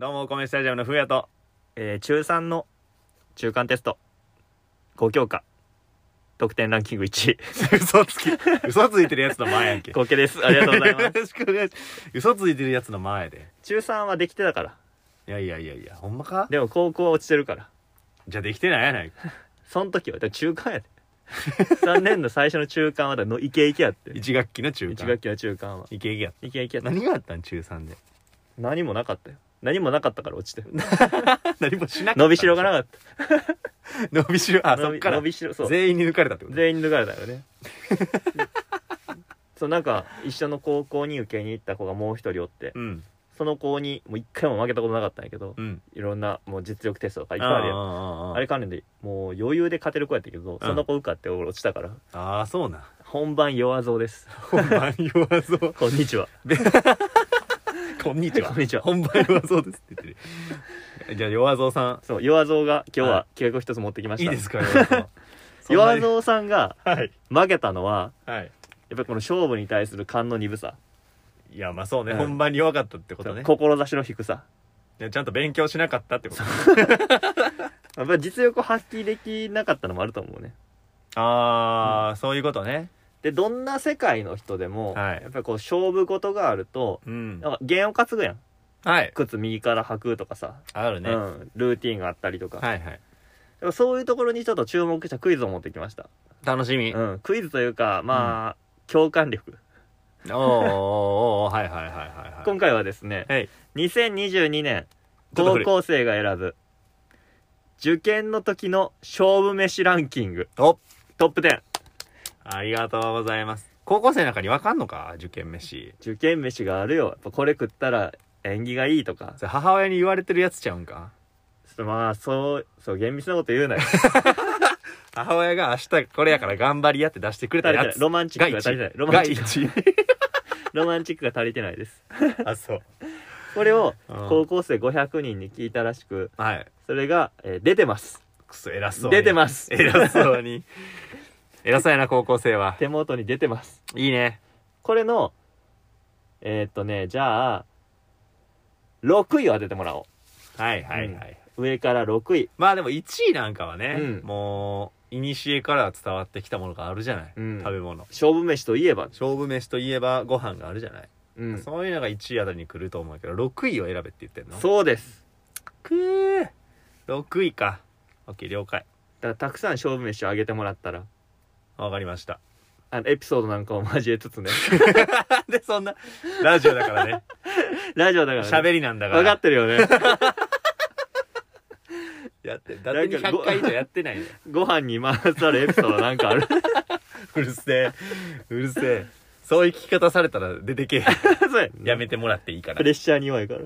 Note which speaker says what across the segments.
Speaker 1: お米スタジアムのふうやと
Speaker 2: えー中3の中間テスト5教科得点ランキング1位
Speaker 1: 嘘つき嘘ついてるやつの前やんけ
Speaker 2: 合計ですありがとうござい
Speaker 1: よ
Speaker 2: ます
Speaker 1: ろしくお願いします嘘ついてるやつの前で
Speaker 2: 中3はできてたから
Speaker 1: いやいやいやいやほんまか
Speaker 2: でも高校は落ちてるから
Speaker 1: じゃあできてないやないか
Speaker 2: その時はだから 中間やで3年の最初の中間はだからのイケイケやって
Speaker 1: 一学期の中
Speaker 2: 1
Speaker 1: 間
Speaker 2: 学期の中間は
Speaker 1: イケイケやった
Speaker 2: イケイケやった
Speaker 1: 何があったん中3で
Speaker 2: 何もなかったよ何もなかったから落ちてる
Speaker 1: 何もしなかった
Speaker 2: 伸びしろがなかっ
Speaker 1: 伸びしろあ
Speaker 2: た
Speaker 1: そ
Speaker 2: 伸
Speaker 1: っ
Speaker 2: び
Speaker 1: から
Speaker 2: 伸びしろそう
Speaker 1: 全員に抜かれたってこと
Speaker 2: 全員脱がれた よねそうなんか一緒の高校に受けに行った子がもう一人おって
Speaker 1: うん
Speaker 2: その子にもう一回も負けたことなかったんやけど
Speaker 1: うん
Speaker 2: いろんなもう実力テストとかいっぱいあるやん
Speaker 1: あ
Speaker 2: あれ関連でもう余裕で勝てる子やったけどその子受かって俺落ちた から
Speaker 1: ああそうな
Speaker 2: 本番弱蔵です
Speaker 1: 本番弱そう
Speaker 2: こんにちは
Speaker 1: こんにちは
Speaker 2: こんにち は
Speaker 1: 本番弱そうですって言ってるじゃあ弱蔵さ
Speaker 2: そう弱蔵が今
Speaker 1: は
Speaker 2: 日は企画を一つ持ってきま
Speaker 1: ん
Speaker 2: し
Speaker 1: いい
Speaker 2: た
Speaker 1: ですか弱蔵 そんな
Speaker 2: 弱
Speaker 1: に
Speaker 2: 蔵さんが
Speaker 1: はい
Speaker 2: 負けたのは
Speaker 1: はい
Speaker 2: やっぱりこの勝負に対する勘の鈍さ、
Speaker 1: いやまあそうね、
Speaker 2: うん
Speaker 1: 本番に弱かったってことね
Speaker 2: 志の低さ
Speaker 1: いやちゃんと勉強しなかったってこと
Speaker 2: やっぱり実力を発揮できなかったのもあると思うね
Speaker 1: ああ、そういうことね
Speaker 2: でどんな世界の人でも、
Speaker 1: はい
Speaker 2: やっぱりこう勝負事があると
Speaker 1: うん
Speaker 2: なんか弦を担ぐやん
Speaker 1: はい
Speaker 2: 靴右から履くとかさ、
Speaker 1: あるね、
Speaker 2: う
Speaker 1: は
Speaker 2: ん、ルーティンがあったりとか、
Speaker 1: いはい
Speaker 2: だからそういうところにちょっと注目したクイズを持ってきました、
Speaker 1: 楽しみ、
Speaker 2: うん、クイズというかまあ、共感力
Speaker 1: おーおーおーはいはいはいはいはい
Speaker 2: 今回はですね、
Speaker 1: はい
Speaker 2: 2022年
Speaker 1: ちょっと
Speaker 2: 高
Speaker 1: 古い
Speaker 2: 校生が選ぶ受験の時の勝負飯ランキング
Speaker 1: お
Speaker 2: トップ10
Speaker 1: ありがとうございます高校生の中に分かんのか受験飯
Speaker 2: 受験飯があるよやっぱこれ食ったら縁起がいいとか
Speaker 1: それ母親に言われてるやつちゃうんか
Speaker 2: まあそうそう厳密なこと言 うなよ
Speaker 1: 母親が明日これやから頑張りやって出してくれた
Speaker 2: 足りて
Speaker 1: や
Speaker 2: ない
Speaker 1: つ
Speaker 2: ロマンチックが足りてないロマンチック
Speaker 1: ッ
Speaker 2: ロマンチックが足りてないです
Speaker 1: ク あそう、
Speaker 2: これを
Speaker 1: うん
Speaker 2: 高校生500人に聞いたらしく
Speaker 1: はい
Speaker 2: それが、えー出てます
Speaker 1: くそ偉そうに
Speaker 2: 出てま す
Speaker 1: 偉そうに偉そうやな高校生は
Speaker 2: 手元に出てます
Speaker 1: いいね
Speaker 2: これのえーっとねじゃあ6位を当ててもらおう
Speaker 1: はいはいはい、
Speaker 2: 上から6位
Speaker 1: まあでも1位なんかはね、
Speaker 2: うん
Speaker 1: もういにしえから伝わってきたものがあるじゃない、
Speaker 2: うん
Speaker 1: 食べ物
Speaker 2: 勝負飯といえば、
Speaker 1: 勝負飯といえばご飯があるじゃない、
Speaker 2: うん、
Speaker 1: そういうのが1位あたりに来ると思うけど6位を選べって言ってんの
Speaker 2: そうです
Speaker 1: くー6位か OK 了解
Speaker 2: だからたくさん勝負飯をあげてもらったら
Speaker 1: わかりました
Speaker 2: あのエピソードなんかを交え つつね
Speaker 1: でそんなラジオだからね
Speaker 2: ラジオだから、ね、
Speaker 1: 喋りなんだから
Speaker 2: 分かってるよね
Speaker 1: やってだって100回以上やってないよ
Speaker 2: ご飯にまつわるエピソードなんかある
Speaker 1: うるせえうるせえそういう聞き方されたら出てけえ
Speaker 2: そうや
Speaker 1: やめてもらっていいから
Speaker 2: プレッシャーに弱いから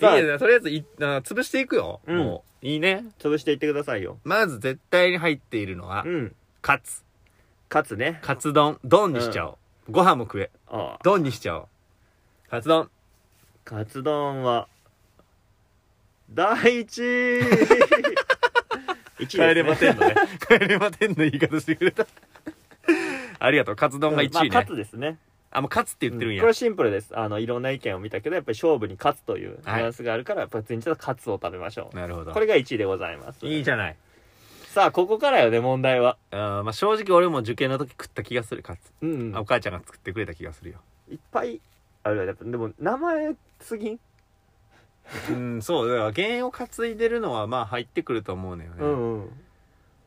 Speaker 2: さ
Speaker 1: いい
Speaker 2: あ
Speaker 1: ねとりあえずいあ潰していくよ、
Speaker 2: うん
Speaker 1: もういいね
Speaker 2: 潰していってくださいよ
Speaker 1: まず絶対に入っているのは、
Speaker 2: うん
Speaker 1: カツ
Speaker 2: カツね
Speaker 1: カツ丼丼にしちゃおう、ご飯も食え
Speaker 2: ああ
Speaker 1: 丼にしちゃおうカツ丼
Speaker 2: カツ丼は第一 位一位ですね
Speaker 1: んのね帰れまてんの言い方してくれたありがとうカツ丼が1位ね、
Speaker 2: まあ、カツですね
Speaker 1: あもうカツって言ってるんや、
Speaker 2: これシンプルですあのいろんな意見を見たけどやっぱり勝負に勝つというニュアンスがあるから、やっぱり全然勝つを食べましょう
Speaker 1: なるほど
Speaker 2: これが1位でございます
Speaker 1: いいじゃない
Speaker 2: さあここからよね問題は
Speaker 1: あーまあ正直俺も受験の時食った気がするカツ、
Speaker 2: うん、
Speaker 1: あお母ちゃんが作ってくれた気がするよ
Speaker 2: いっぱいあるよやっぱでも名前すぎん、
Speaker 1: うんそうだから原因を担いでるのはまあ入ってくると思うのよね、
Speaker 2: うんうん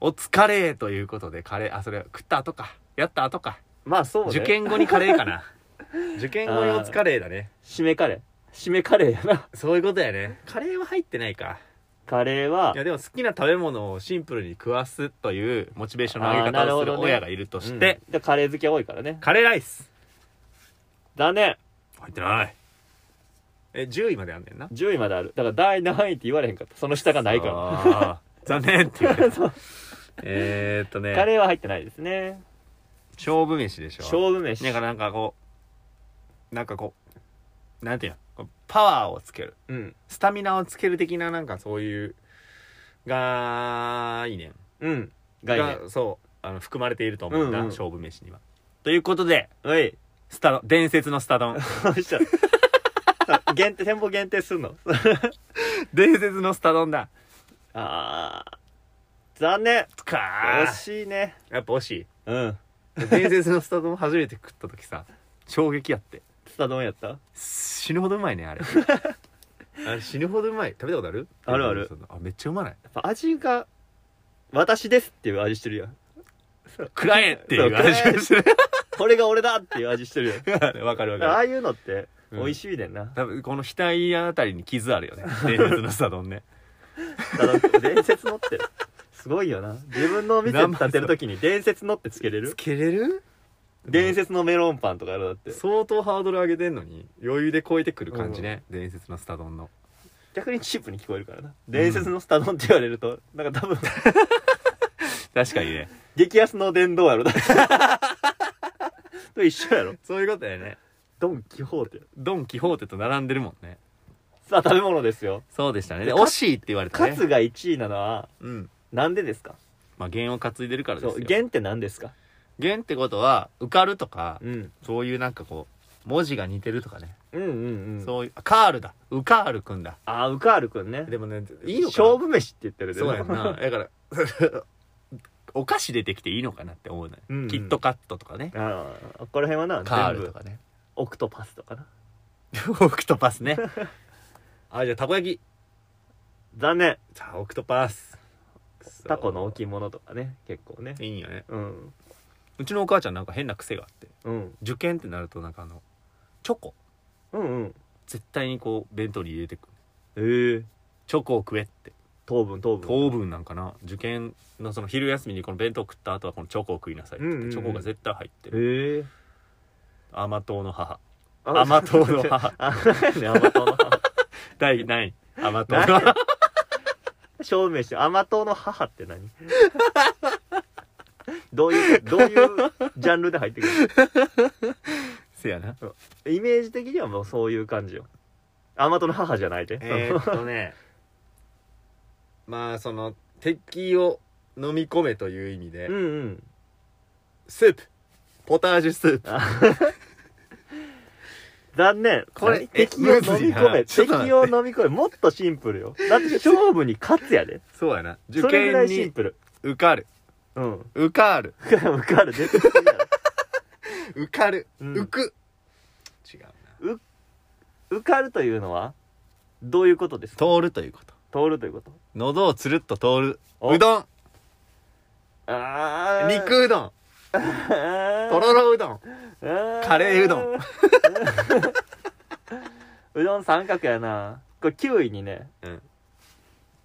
Speaker 1: お疲れということでカレーあそれは食った後かやった後か
Speaker 2: まあそうね
Speaker 1: 受験後にカレーかな 受験後にお疲れだね
Speaker 2: 締めカレー締めカレーやな
Speaker 1: そういうことやねカレーは入ってないか
Speaker 2: カレーはい
Speaker 1: やでも好きな食べ物をシンプルに食わすというモチベーションの上げ
Speaker 2: あーなる
Speaker 1: 方をす
Speaker 2: ほど
Speaker 1: る
Speaker 2: ね
Speaker 1: 親がいるとして、
Speaker 2: うんでカレー好きは多いからね
Speaker 1: カレーライス
Speaker 2: 残念
Speaker 1: 入ってないえ10位まであんねんな
Speaker 2: 10位まであるだから第何位って言われへんかったその下がないから
Speaker 1: ら残念って言われた
Speaker 2: そう
Speaker 1: えーっとね
Speaker 2: カレーは入ってないですね
Speaker 1: 勝負飯でしょ
Speaker 2: 勝負飯
Speaker 1: なんかなんかこうなんかこうなんていうのこうパワーをつける
Speaker 2: うん
Speaker 1: スタミナをつける的ななんかそういうがいいねん
Speaker 2: うん概念
Speaker 1: がそうあの含まれていると思うんだ、
Speaker 2: うんうん
Speaker 1: 勝負飯にはということで
Speaker 2: おい
Speaker 1: スタ伝説のスタ丼
Speaker 2: どうしたさあ限定店舗限定すんの
Speaker 1: 伝説のスタドンだ
Speaker 2: あー残念
Speaker 1: か
Speaker 2: 惜しいね
Speaker 1: やっぱ惜し
Speaker 2: うん
Speaker 1: い伝説のスタドン初めて食った時さ衝撃やって
Speaker 2: スタ丼やった
Speaker 1: 死ぬほどうまいねあ れあれ死ぬほどうまい食べたことある
Speaker 2: あるある
Speaker 1: あめっちゃうまない
Speaker 2: やっぱ味が「私です」っていう味してるやん
Speaker 1: 食らえっていう
Speaker 2: そう
Speaker 1: 味がする
Speaker 2: これが俺だっていう味してるやんだ
Speaker 1: わかるわか
Speaker 2: からあ
Speaker 1: る
Speaker 2: あいうのって
Speaker 1: うん
Speaker 2: 美味しいねんな、
Speaker 1: 多分この額あたりに傷あるよね伝説のスタド ンね
Speaker 2: ただ伝説のってすごいよな自分の店建てる時に伝説のってつけれる
Speaker 1: けれる
Speaker 2: 伝説のメロンパンとかやろだって
Speaker 1: 相当ハードル上げてんのに余裕で超えてくる感じね、伝説のスタドンの
Speaker 2: 逆にチープに聞こえるからな伝説のスタ丼って言われるとなんか多分
Speaker 1: 確かにね
Speaker 2: 激安の殿堂や ろだってと一緒やろ
Speaker 1: そういうことだよね
Speaker 2: ドン・キホーテ
Speaker 1: ドン・キホーテと並んでるもんね
Speaker 2: さあ食べ物ですよ
Speaker 1: そうでしたね
Speaker 2: で
Speaker 1: で
Speaker 2: か
Speaker 1: 惜しいって言われた
Speaker 2: カ
Speaker 1: ね
Speaker 2: ツが1位なのは
Speaker 1: うん
Speaker 2: なんでですか
Speaker 1: まあ弦を担いでるからで
Speaker 2: そ
Speaker 1: す
Speaker 2: う
Speaker 1: よ
Speaker 2: 弦って何ですか
Speaker 1: 弦ってことは受かるとか、
Speaker 2: うん
Speaker 1: そういうなんかこう文字が似てるとかね、
Speaker 2: うんうんうん
Speaker 1: そういうあカールだウカールくんだ
Speaker 2: あウカールくんね
Speaker 1: でもね
Speaker 2: 勝負飯って言ってるで
Speaker 1: そうやんなだから お菓子出てきていいのかなって思うのよ、
Speaker 2: うんうん
Speaker 1: キットカットとかね
Speaker 2: あーこの辺はな
Speaker 1: カー
Speaker 2: 全
Speaker 1: ル
Speaker 2: 部
Speaker 1: とかね
Speaker 2: オクトパスとかな
Speaker 1: オクトパ スねあじゃあたこ焼き
Speaker 2: 残念
Speaker 1: じゃあオクトパス
Speaker 2: タコの置物とかね結構ね
Speaker 1: いいんよね
Speaker 2: うん
Speaker 1: うちのお母ちゃんなんか変な癖があって
Speaker 2: うん
Speaker 1: 受験ってなるとなんかあのチョコ
Speaker 2: うんうん
Speaker 1: 絶対にこう弁当に入れてくる
Speaker 2: ええ
Speaker 1: チョコを食えって
Speaker 2: 糖分糖分
Speaker 1: 糖分なんかな受験のその昼休みにこの弁当食った後はこのチョコを食いなさいって言って
Speaker 2: うんうんうん
Speaker 1: チョコが絶対入ってる
Speaker 2: ええ
Speaker 1: 甘党の母
Speaker 2: あ
Speaker 1: 甘党の母
Speaker 2: あね甘党の母
Speaker 1: 第何位甘 党の
Speaker 2: 何
Speaker 1: 母
Speaker 2: や証明して甘党の母って何 どういうどういうジャンルで入ってくる
Speaker 1: せやな
Speaker 2: イメージ的にはもうそういう感じよ甘党の母じゃないで、
Speaker 1: えーっとねまあその敵を飲み込めという意味で、
Speaker 2: うんうん
Speaker 1: スープポタージュスープ
Speaker 2: 残念これ
Speaker 1: え
Speaker 2: 敵を
Speaker 1: む
Speaker 2: 飲み込め
Speaker 1: ずい
Speaker 2: 敵
Speaker 1: な
Speaker 2: を飲み込めもっとシンプルよだって勝負に勝つやで
Speaker 1: そうやな受
Speaker 2: それぐら
Speaker 1: 験
Speaker 2: いシン
Speaker 1: に
Speaker 2: プル
Speaker 1: 受かる
Speaker 2: うん
Speaker 1: 受かる
Speaker 2: 受かる出てくるやろ
Speaker 1: 受かる、
Speaker 2: うん
Speaker 1: 浮く違うな
Speaker 2: 受かるというのはどういうことですか
Speaker 1: 通るということ
Speaker 2: 通るということ
Speaker 1: 喉をつるっと通
Speaker 2: お
Speaker 1: るうどん
Speaker 2: あー
Speaker 1: 肉うどんとろろうどん
Speaker 2: カ
Speaker 1: カレーうどん
Speaker 2: うどん三角やなこれ9位にね、
Speaker 1: うん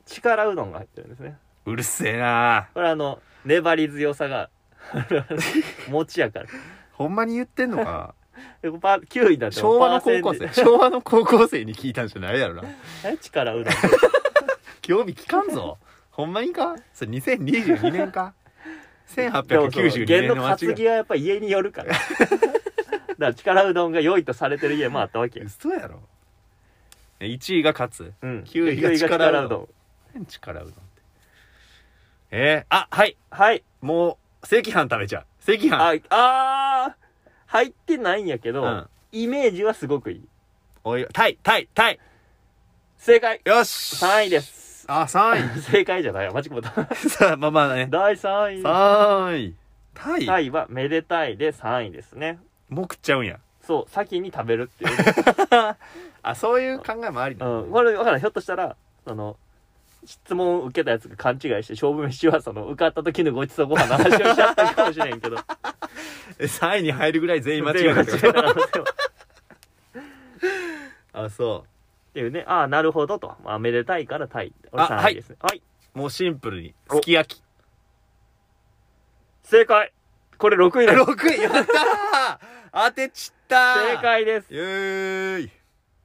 Speaker 2: 力うどんが入ってるんですね
Speaker 1: うるせえな
Speaker 2: これあの粘り強さが 餅やから
Speaker 1: ほんまに言ってんの か
Speaker 2: でこれパー9位だって
Speaker 1: 昭和の高
Speaker 2: パ
Speaker 1: 校
Speaker 2: ーセン
Speaker 1: 生
Speaker 2: テ
Speaker 1: 昭和の高校生に聞いたんじゃないやろな
Speaker 2: ージえ力うどん
Speaker 1: 興味聞かんぞほんまにかそれ2022年か1892
Speaker 2: で
Speaker 1: 年
Speaker 2: も
Speaker 1: の間
Speaker 2: その担
Speaker 1: 違
Speaker 2: ぎはやっぱ家によるからだから力うどんが良いとされてる家もあったわけ
Speaker 1: い
Speaker 2: よ、
Speaker 1: 嘘やろ1位が勝つ
Speaker 2: うん、
Speaker 1: 9位が
Speaker 2: 九
Speaker 1: 力うど何力うどんってえー、あはい
Speaker 2: はい
Speaker 1: もう赤飯食べちゃう赤飯
Speaker 2: ああー入ってないんやけど、
Speaker 1: うん
Speaker 2: イメージはすごくいい
Speaker 1: おいタイタイタイ
Speaker 2: 正解
Speaker 1: よし
Speaker 2: 3位です
Speaker 1: あ3
Speaker 2: 正解じゃないわ間違えた
Speaker 1: 位さあまあまあね
Speaker 2: 第3位
Speaker 1: 3位タイ、
Speaker 2: タイはめでたいで3位ですね
Speaker 1: もう食っちゃうんや
Speaker 2: そう先に食べるっていう、
Speaker 1: あそういう考えもありだ、
Speaker 2: うん、これ分からんひょっとしたらその質問を受けたやつが勘違いして勝負飯はその受かった時のごちそうご飯の話をしちゃったかもしれんけど
Speaker 1: 3位に入るぐらい全員 間違えたってこ
Speaker 2: 全
Speaker 1: と
Speaker 2: 員間違えた可能性は
Speaker 1: あそ
Speaker 2: っていうねああなるほどと、まあ、めでたいからタイ俺
Speaker 1: あ
Speaker 2: 3
Speaker 1: は
Speaker 2: 位
Speaker 1: い
Speaker 2: ですねはい、
Speaker 1: うもうシンプルに
Speaker 2: お
Speaker 1: すき焼き
Speaker 2: 正解これ6位です
Speaker 1: 6位やったー当てちったー
Speaker 2: 正解です
Speaker 1: イェーイ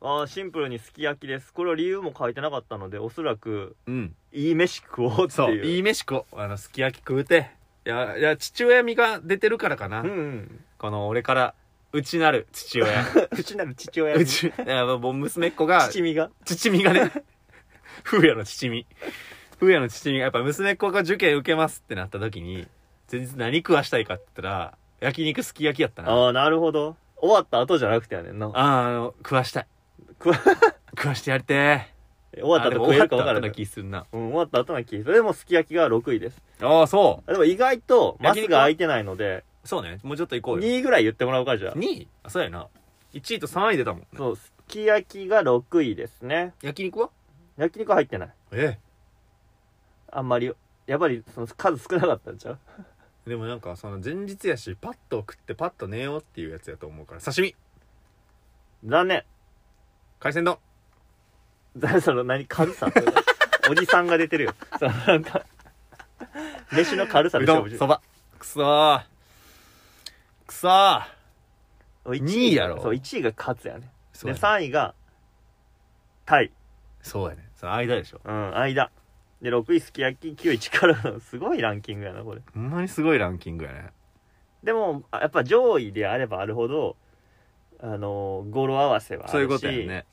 Speaker 2: あーシンプルにすき焼きですこれは理由も書いてなかったのでおそらく
Speaker 1: うん
Speaker 2: いい飯食おうって
Speaker 1: そう
Speaker 2: いう
Speaker 1: いい飯食おうあのすき焼き食うていやいや父親味が出てるからかな、
Speaker 2: う んうん
Speaker 1: この俺からうちなる父親
Speaker 2: うちなる 父親
Speaker 1: うちいやもう娘っ子が
Speaker 2: 父身が
Speaker 1: 父身が ね風也の父身風也の父身がやっぱ娘っ子が受験受けますってなった時に前日何食わしたいかって言ったら焼肉すき焼きやったなあ
Speaker 2: ああなるほど終わった後じゃなくてやねんな
Speaker 1: あーあの食わしたい
Speaker 2: 食わ
Speaker 1: 食わしてやりてー
Speaker 2: 終わった
Speaker 1: あで
Speaker 2: 後
Speaker 1: も
Speaker 2: 食
Speaker 1: 終
Speaker 2: え
Speaker 1: わ
Speaker 2: る
Speaker 1: った
Speaker 2: か分から
Speaker 1: 後
Speaker 2: な
Speaker 1: ない気するな
Speaker 2: うん、終わった後な気それでもすき焼きが6位です
Speaker 1: ああそ
Speaker 2: あでも意外とマ
Speaker 1: 焼
Speaker 2: ス
Speaker 1: 肉は
Speaker 2: が空いてないので
Speaker 1: うそうねもうちょっと行こうよ
Speaker 2: 2位ぐらい言ってもらおうかじゃあ
Speaker 1: 2位あそうやな1位と3位出たもんね
Speaker 2: そうすき焼きが6位ですね
Speaker 1: 焼肉は
Speaker 2: 焼肉は入ってない
Speaker 1: え
Speaker 2: あんまりやっぱりその数少なかったんちゃう
Speaker 1: えでもなんかその前日やしパッと食ってパッと寝ようっていうやつやと思うから刺身
Speaker 2: 残念
Speaker 1: 海鮮丼
Speaker 2: だその何軽さおじさんが出てるよそのなんか飯の軽さ
Speaker 1: う
Speaker 2: でし
Speaker 1: ど
Speaker 2: ょ
Speaker 1: んそばくそーくそー
Speaker 2: 1
Speaker 1: 二位やろ
Speaker 2: そう1位がカツやね
Speaker 1: そうや
Speaker 2: で
Speaker 1: ね
Speaker 2: 3位がタイ
Speaker 1: そうやねその間でしょ
Speaker 2: うん間で6位すき焼き9位力のすごいランキングやなこれ
Speaker 1: ほんまにすごいランキングやね
Speaker 2: でもあやっぱ上位であればあるほどあのー語呂合わせはあるし
Speaker 1: そういうことやね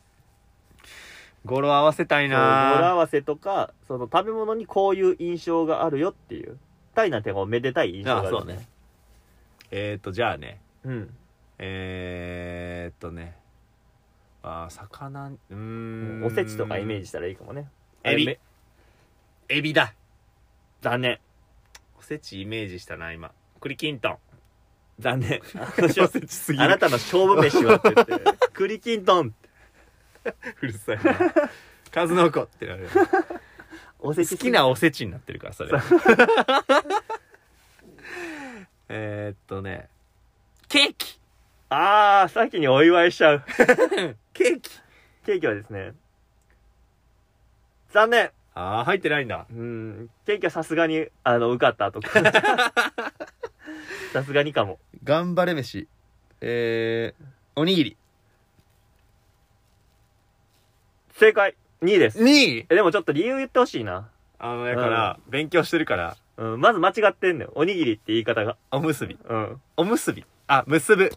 Speaker 1: 語呂合わせたい
Speaker 2: そう語呂合
Speaker 1: な
Speaker 2: わせとかその食べ物にこういう印象があるよっていうタイなんてこうめでたい印象がある
Speaker 1: あそうねえっ、ー、とじゃあね
Speaker 2: うん
Speaker 1: えー、っとねあー魚うーん
Speaker 2: おせちとかイメー
Speaker 1: ジ
Speaker 2: ジしたらいいかもね
Speaker 1: エビ
Speaker 2: あれめ
Speaker 1: エビだ
Speaker 2: 残念
Speaker 1: おせちイメージしたな今栗きんとん
Speaker 2: 残 念
Speaker 1: おせちすぎ
Speaker 2: あな
Speaker 1: る
Speaker 2: たの勝負飯はって 言って栗きんとん
Speaker 1: うるさいな数の子ってなるよ
Speaker 2: おせち
Speaker 1: 好きなおせちになってるからそれ えーっとねケーキ
Speaker 2: ああ先にお祝いしちゃう
Speaker 1: ケーキ
Speaker 2: ケーキはですね残念
Speaker 1: ああ入ってないんだ
Speaker 2: うんケーキはさすがにあの受か ったとかさすがにかも
Speaker 1: 頑張れ飯えー、おにぎり
Speaker 2: 正解2位です
Speaker 1: 2位
Speaker 2: えでもちょっと理由言ってほしいな、
Speaker 1: あのだから、勉強してるから
Speaker 2: うん、まず間違ってんのよおにぎりって言い方が
Speaker 1: おむすび
Speaker 2: うん
Speaker 1: おむすびあ結ぶ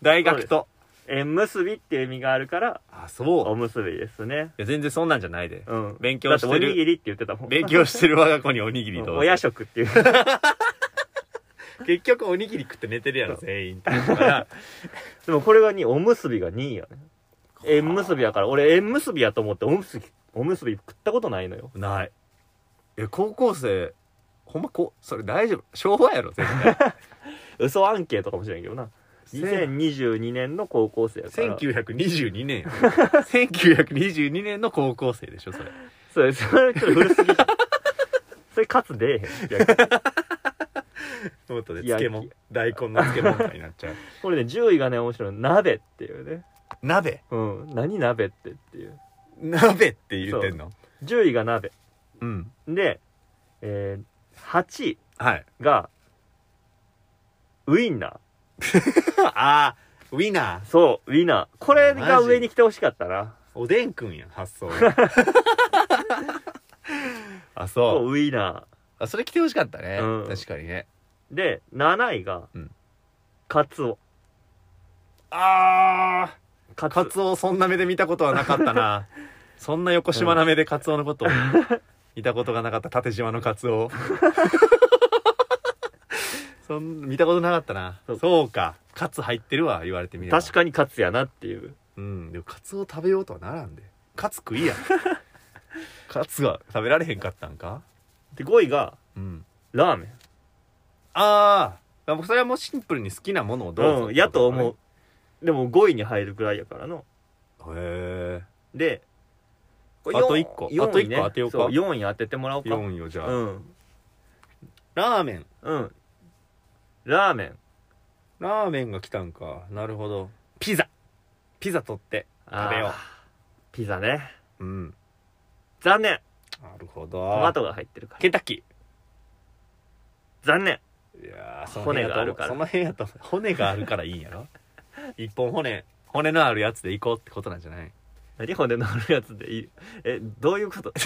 Speaker 1: 大学と
Speaker 2: 縁結びっていう意味があるから
Speaker 1: あそう
Speaker 2: おむすびですね
Speaker 1: いや全然そんなんじゃないで
Speaker 2: うん
Speaker 1: 勉強してる
Speaker 2: だっておにぎりって言ってたもん
Speaker 1: 勉強してる我が子におにぎり
Speaker 2: うん
Speaker 1: どう
Speaker 2: 親
Speaker 1: ぞ
Speaker 2: 食っていう
Speaker 1: 結局おにぎり食って寝てるやろ全員って言う から
Speaker 2: でもこれが2おむすびが2位やね縁結びやから俺縁結びやと思っておむすびおむすび食ったことないのよ
Speaker 1: ないえ高校生ほんまこそれ大丈夫昭和やろ絶 対
Speaker 2: 嘘アンケートかもしれんけどな2022年の高校生やから
Speaker 1: 1922年や 1922年の高校生でしょそれ
Speaker 2: それそれちょっと古す ぎたそれかつ出えへん逆に
Speaker 1: トマトで
Speaker 2: いや
Speaker 1: 漬物大根の漬物とかになっちゃう
Speaker 2: これね10位がね面白い鍋っていうね
Speaker 1: 鍋
Speaker 2: うん何鍋ってっていう
Speaker 1: 鍋って言ってんの
Speaker 2: 10位が鍋
Speaker 1: うん
Speaker 2: で、えー、8位
Speaker 1: はい
Speaker 2: がウインナー
Speaker 1: あーウィナー
Speaker 2: そうウインナーこれ
Speaker 1: マ
Speaker 2: が
Speaker 1: ジ
Speaker 2: 上に来てほしかったな
Speaker 1: おでんくんや発想 あ
Speaker 2: そ
Speaker 1: そう
Speaker 2: うウインナ
Speaker 1: あそれ来てほしかったね、
Speaker 2: うん
Speaker 1: 確かにね
Speaker 2: ーで7位が、
Speaker 1: うん
Speaker 2: カツオ
Speaker 1: あ
Speaker 2: カ
Speaker 1: カツオそんな目で見たことはなかったなそんな横島な目でカツオのことを見たことがなかった縦島のカツオそん見たことなかったな
Speaker 2: そ
Speaker 1: そう
Speaker 2: う
Speaker 1: かカツ入ってるわ言われてみれば
Speaker 2: 確かにカツやなっていう
Speaker 1: うんでもカツオ食べようとはならんでカツ食いやカツは食べられへんかったんか
Speaker 2: で5位が
Speaker 1: うん
Speaker 2: ラーメン
Speaker 1: ああそれはもうシンプルに好きなものをどうぞ、
Speaker 2: うん、やと思うでも5位に入るぐらいやからの
Speaker 1: へえ
Speaker 2: であ
Speaker 1: あと一個あと一個当てようか
Speaker 2: 4位当ててもらおうか
Speaker 1: 4位をじゃあ、
Speaker 2: うん
Speaker 1: ラーメン
Speaker 2: うんラーメン
Speaker 1: ラーメンが来たんかなるほどピザピザ取って食べよう
Speaker 2: あーピザね
Speaker 1: うん
Speaker 2: 残念
Speaker 1: なるほ
Speaker 2: トマ
Speaker 1: ど
Speaker 2: トが入ってるから
Speaker 1: ケンタッキ
Speaker 2: 残念
Speaker 1: ーいやーその辺
Speaker 2: 骨
Speaker 1: やと
Speaker 2: があるから
Speaker 1: その辺やと骨があるからいいんや ろ一本骨骨のあるやつで行こうってことなんじゃない
Speaker 2: 何骨のあるやつでいいえどうい うこと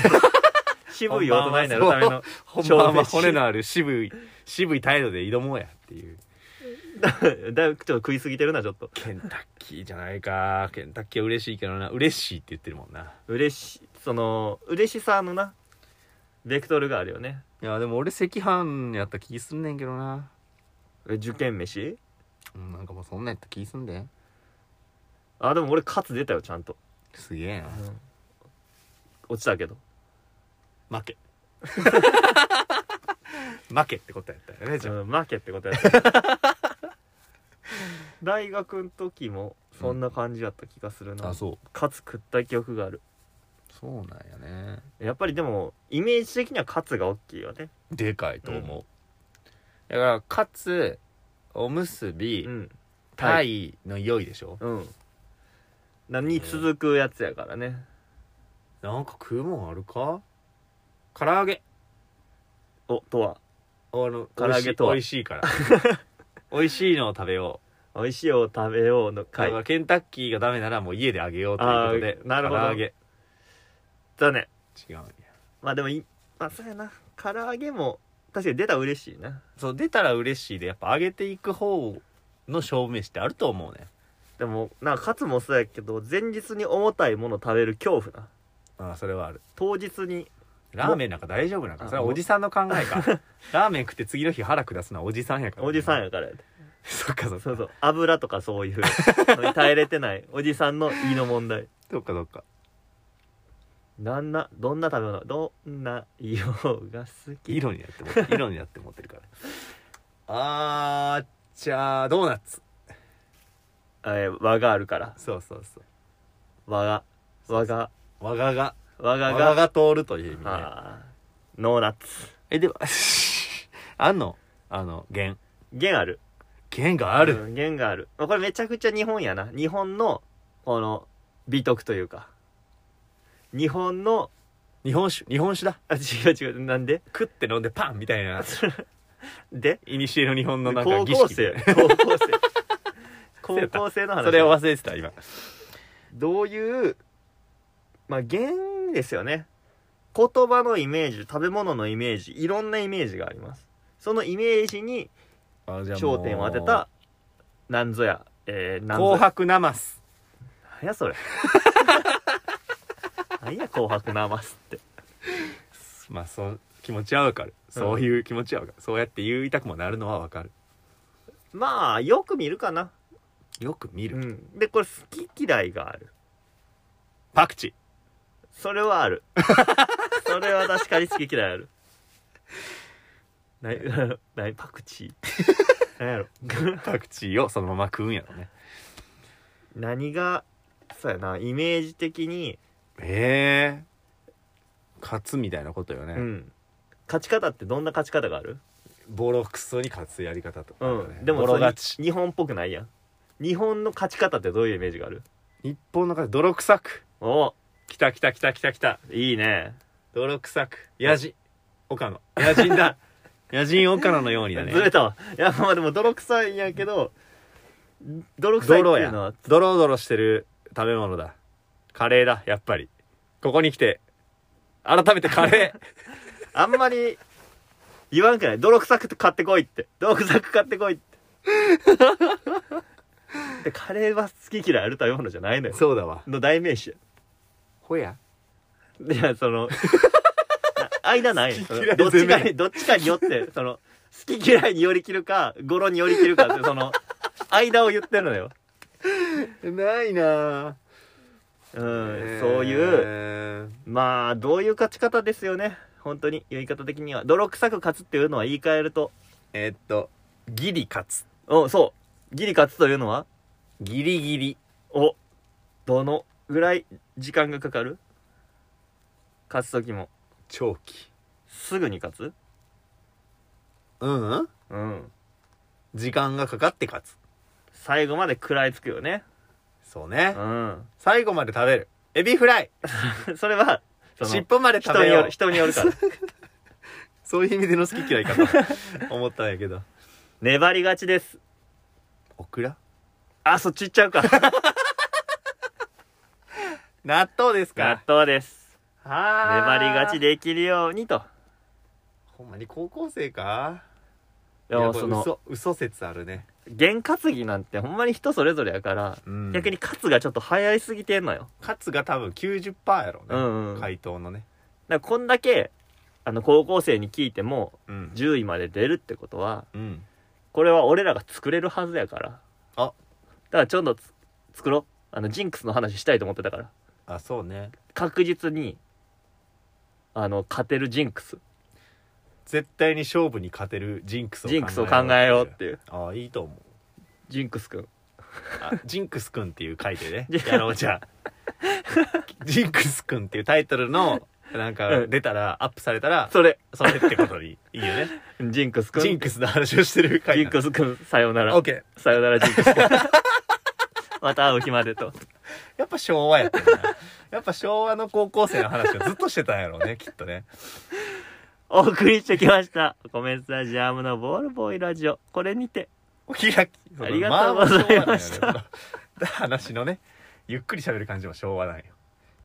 Speaker 2: 渋い大人になるための
Speaker 1: ほんまは
Speaker 2: 勝負飯
Speaker 1: 骨のある渋い渋い態度で挑もうやっていう
Speaker 2: だいぶちょっと食いすぎてるなちょっと
Speaker 1: ケンタッキーじゃないかケンタッキーは嬉しいけどな嬉しいって言ってるもんな
Speaker 2: 嬉しその嬉しさのなベクトルがあるよね
Speaker 1: いやでも俺赤飯やった気すんねんけどな、
Speaker 2: え受験飯
Speaker 1: うん、なんかもうそんなんやった気すんで
Speaker 2: あでも俺カツ出たよちゃんと
Speaker 1: すげえな
Speaker 2: 落ちたけど
Speaker 1: 負け負けってことやったよねじゃあ、
Speaker 2: うん負けってことやった 大学の時もそんな感じやった気がするな、
Speaker 1: あそう
Speaker 2: カツ食った記憶がある
Speaker 1: そうなんやね
Speaker 2: やっぱりでもイメージ的にはカツが大きいよね
Speaker 1: でかいと思う、だからかつおむすび、
Speaker 2: ん
Speaker 1: タイの良いでしょ、
Speaker 2: うん何に続くやつやからね
Speaker 1: なんか食うもんあるか唐揚げ
Speaker 2: おとは
Speaker 1: あの
Speaker 2: 唐揚げとは
Speaker 1: 美味しいから 美味しいのを食べよ
Speaker 2: 美味しいを食べようの
Speaker 1: う、だ
Speaker 2: 会
Speaker 1: からケンタッキーがダメならもう家であげようということで
Speaker 2: あーなるほど
Speaker 1: 唐揚げ
Speaker 2: だね
Speaker 1: 違うんや
Speaker 2: まあでもいまあそうやな唐揚げも確かに出たら嬉しいな
Speaker 1: そう出たら嬉しいでやっぱ揚げていく方の証明ってあると思うね
Speaker 2: でもなんかカツもそうやけど前日に重たいもの食べる恐怖な
Speaker 1: ああそれはある
Speaker 2: 当日に
Speaker 1: ラーメンなんか大丈夫なんか
Speaker 2: あ
Speaker 1: それはおじさんの考え かラーメン食って次の日腹下すのはおじさんやから、
Speaker 2: おじさん
Speaker 1: や
Speaker 2: やからやで
Speaker 1: そっかそっか
Speaker 2: そうそう油とかそういうのに耐えれてないおじさんの胃の問題
Speaker 1: そっかそっか
Speaker 2: なんなどんな食べ物どんな色が好き
Speaker 1: 色になっても って色になって持ってるからあーじゃあドーナツ
Speaker 2: えー和があるから
Speaker 1: そうそうそう
Speaker 2: 和が和が
Speaker 1: 我がが
Speaker 2: 和が
Speaker 1: 我
Speaker 2: が
Speaker 1: がが通るという意味ね
Speaker 2: あーノーナッツ
Speaker 1: えでも あんのあの弦
Speaker 2: 弦ある
Speaker 1: 弦がある、
Speaker 2: うん弦があるまあこれめちゃくちゃ日本やな日本のこの美徳というか日本の
Speaker 1: 日本酒日本酒だ
Speaker 2: あ違う違うなんで
Speaker 1: 食って飲んでパンみたいな
Speaker 2: で
Speaker 1: いにしえの日本のなんか
Speaker 2: 高
Speaker 1: 儀
Speaker 2: 校
Speaker 1: 式
Speaker 2: 生
Speaker 1: で
Speaker 2: 高 校生高校生の話
Speaker 1: それを忘れてた今
Speaker 2: どういうまあ弦ですよね言葉のイメージ食べ物のイメージいろんなイメージがありますそのイメージに
Speaker 1: あじゃあもう
Speaker 2: 焦点を当てたなんぞやえー、なんぞ
Speaker 1: 紅
Speaker 2: や
Speaker 1: 白なます
Speaker 2: 何や それ何や紅白なますって
Speaker 1: まあそう気持ちはわかるそういう気持ちはわかる、そうやって言いたくもなるのはわかる
Speaker 2: まあよく見るかな、
Speaker 1: よく見る、
Speaker 2: うん、でこれ好き嫌いがある
Speaker 1: パクチー
Speaker 2: それは あるそれは確かに好き嫌いあるな何 パクチ ー何やろ
Speaker 1: パクチーをそのまま食うんやろね
Speaker 2: 何がそうやなイメージ的に、
Speaker 1: ええ勝つみたいなことよね、
Speaker 2: うん勝ち方ってどんな勝ち方がある、
Speaker 1: ボロクソに勝つやり方とか
Speaker 2: う
Speaker 1: ね、
Speaker 2: ん、でも
Speaker 1: ボロ
Speaker 2: それ
Speaker 1: 勝ち
Speaker 2: 日本っぽくないやん日本の勝ち方ってどういうイメージがある
Speaker 1: 日本の方泥臭く
Speaker 2: お
Speaker 1: きたきたきたきたきた
Speaker 2: いいね
Speaker 1: 泥臭く野人岡野野人 だ野人岡野のようにだ
Speaker 2: ずれ
Speaker 1: ね
Speaker 2: たわいやまあでも泥臭いんやけど泥臭いって
Speaker 1: 泥
Speaker 2: いうの
Speaker 1: や
Speaker 2: は
Speaker 1: ドロドロしてる食べ物だカレーだやっぱりここに来て改めてカレー
Speaker 2: あんまり言わんくない泥臭く買ってこいって泥臭く買ってこいってでカレーは好き嫌いある食べ物じゃないの よ
Speaker 1: そうだわ
Speaker 2: の代名詞
Speaker 1: ほや
Speaker 2: いやその な間ない
Speaker 1: 好き
Speaker 2: その
Speaker 1: 嫌い
Speaker 2: どっち
Speaker 1: 攻
Speaker 2: か
Speaker 1: め
Speaker 2: にどっちかによってその好き嫌いに寄り切るか語呂に寄り切るかってその間を言ってるのよ、
Speaker 1: ないな
Speaker 2: うん
Speaker 1: えー
Speaker 2: そういうまあどういう勝ち方ですよね本当に言い方的には泥臭く勝つっていうのは言い換えると
Speaker 1: えーっとギリ勝つ
Speaker 2: うんそうギリ勝つというのは
Speaker 1: ギリギリ
Speaker 2: おどのぐらい時間がかかる勝つ時も
Speaker 1: 長期
Speaker 2: すぐに勝つ
Speaker 1: うんうん
Speaker 2: うん
Speaker 1: 時間がかかって勝つ
Speaker 2: 最後まで食らいつくよね
Speaker 1: そうね
Speaker 2: うん
Speaker 1: 最後まで食べるエビフライ
Speaker 2: それはそ
Speaker 1: 尻
Speaker 2: の
Speaker 1: 尾まで食
Speaker 2: 人
Speaker 1: べ
Speaker 2: に
Speaker 1: よ
Speaker 2: よ
Speaker 1: う
Speaker 2: る人による から
Speaker 1: そういう意味での好き嫌いかと 思ったんやけど
Speaker 2: 粘りがちです
Speaker 1: オクラ
Speaker 2: あそっち行っちゃ うか
Speaker 1: 納豆です
Speaker 2: 納
Speaker 1: か
Speaker 2: 豆です
Speaker 1: は
Speaker 2: 粘りがちできるようにと
Speaker 1: ほんまに高校生か
Speaker 2: でもその
Speaker 1: 嘘嘘説あるね
Speaker 2: 験担ぎなんてほんまに人それぞれやから、
Speaker 1: うん
Speaker 2: 逆に勝つがちょっと早いすぎてんのよ
Speaker 1: カツが多分90%やろ
Speaker 2: う
Speaker 1: ね、
Speaker 2: んうんだか
Speaker 1: 回答のね
Speaker 2: らこんだけあの高校生に聞いても
Speaker 1: うん、
Speaker 2: 10位まで出るってことは
Speaker 1: うん、
Speaker 2: これは俺らが作れるはずやから
Speaker 1: あ
Speaker 2: だからちょっとつ作ろうあのジンクスの話したいと思ってたから
Speaker 1: あそうね
Speaker 2: 確実にあの勝てるジンクス
Speaker 1: 絶対に勝負に勝てるジンクスを
Speaker 2: ジンクスを考えようっていう
Speaker 1: ああいいと思う
Speaker 2: ジンクスくん
Speaker 1: あジンクスくんっていう書いてね
Speaker 2: ジン
Speaker 1: やろうじゃあジンクスくんっていうタイトルのなんか
Speaker 2: うん
Speaker 1: 出たらアップされたら
Speaker 2: それ
Speaker 1: それってことにいいよ ね
Speaker 2: ジンクスくん
Speaker 1: ジンクスの話をしてる回
Speaker 2: ジンクスくんさよなら
Speaker 1: オッケー
Speaker 2: さよならジンクスくん また会う日までと
Speaker 1: やっぱ昭和やったよなやっぱ昭和の高校生の話をずっとしてたんやろうねきっとね
Speaker 2: お送りしてきましたコメンスタジアムのボールボーイラジオこれにて
Speaker 1: お開き
Speaker 2: ありがとうございました
Speaker 1: ああ昭和なんやね話のねゆっくり喋る感じも昭和なんよ